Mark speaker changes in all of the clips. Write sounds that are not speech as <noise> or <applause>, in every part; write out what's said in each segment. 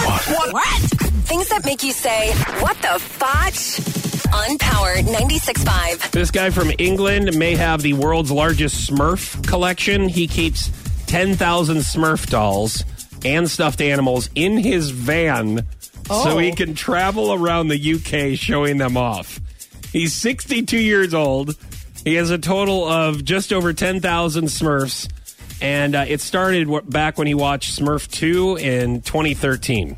Speaker 1: What? Things that make you say, what the fotch? On Power 96.5.
Speaker 2: This guy from England may have the world's largest Smurf collection. He keeps 10,000 Smurf dolls and stuffed animals in his van so
Speaker 3: Oh.
Speaker 2: he can travel around the UK showing them off. He's 62 years old. He has a total of just over 10,000 Smurfs. And uh, it started w- back when he watched Smurf 2 in 2013.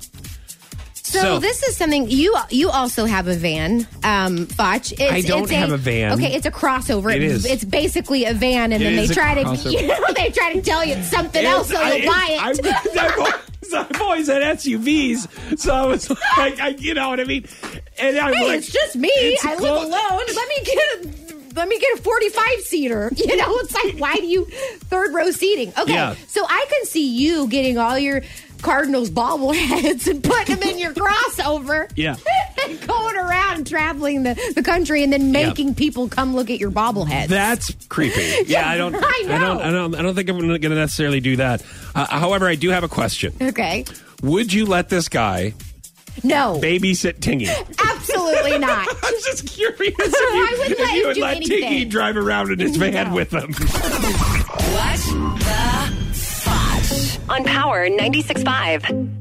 Speaker 3: So,
Speaker 2: So-
Speaker 3: this is something you you also have a van, um, Foch. It's,
Speaker 2: I don't
Speaker 3: it's
Speaker 2: have a van.
Speaker 3: Okay, it's a crossover.
Speaker 2: It is.
Speaker 3: It's basically a van, and
Speaker 2: It
Speaker 3: then they
Speaker 2: is a
Speaker 3: try to
Speaker 2: crossover.
Speaker 3: <laughs> you know, they try to tell you it's something else, so
Speaker 2: I-
Speaker 3: you'll buy it.
Speaker 2: I, have always, I've always had SUVs, so I was like, I, you know what I mean? And I'm
Speaker 3: hey,
Speaker 2: like,
Speaker 3: it's just me.
Speaker 2: it's
Speaker 3: I
Speaker 2: clo-
Speaker 3: live alone. Let me get a let me get a forty-five seater. <laughs> You know, it's like why do you third row seating? Okay,
Speaker 2: Yeah.
Speaker 3: so I can see you getting all your Cardinals bobbleheads <laughs> and putting them
Speaker 2: <laughs>
Speaker 3: in your crossover.
Speaker 2: Yeah.
Speaker 3: <laughs> and going around and traveling the, the country and then
Speaker 2: Yeah.
Speaker 3: making people come look at your bobbleheads.
Speaker 2: That's
Speaker 3: <laughs>
Speaker 2: creepy. Yeah, I don't,
Speaker 3: I know.
Speaker 2: don't, I don't, I don't think I'm going to necessarily do that. Uh, however, I do have a question.
Speaker 3: okay.
Speaker 2: Would you let this guy
Speaker 3: No,
Speaker 2: babysit Tingy? <laughs>
Speaker 3: absolutely not.
Speaker 2: I'm just curious if you,
Speaker 3: <laughs> I
Speaker 2: if
Speaker 3: wouldn't let
Speaker 2: you
Speaker 3: him
Speaker 2: would
Speaker 3: do
Speaker 2: let Tingy
Speaker 3: anything.
Speaker 2: drive around in his van with him.
Speaker 1: What the fotch? On Power 96.5.